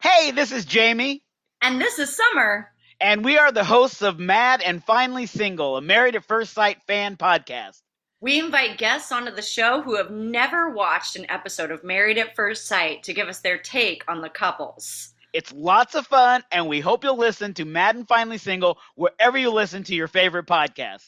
Hey, this is Jamie, And this is Summer. and we are the hosts of Mad and Finally Single, a Married at First Sight fan podcast. We invite guests onto the show who have never watched an episode of Married at First Sight to give us their take on the couples. It's lots of fun, and we hope you'll listen to Mad and Finally Single wherever you listen to your favorite podcast.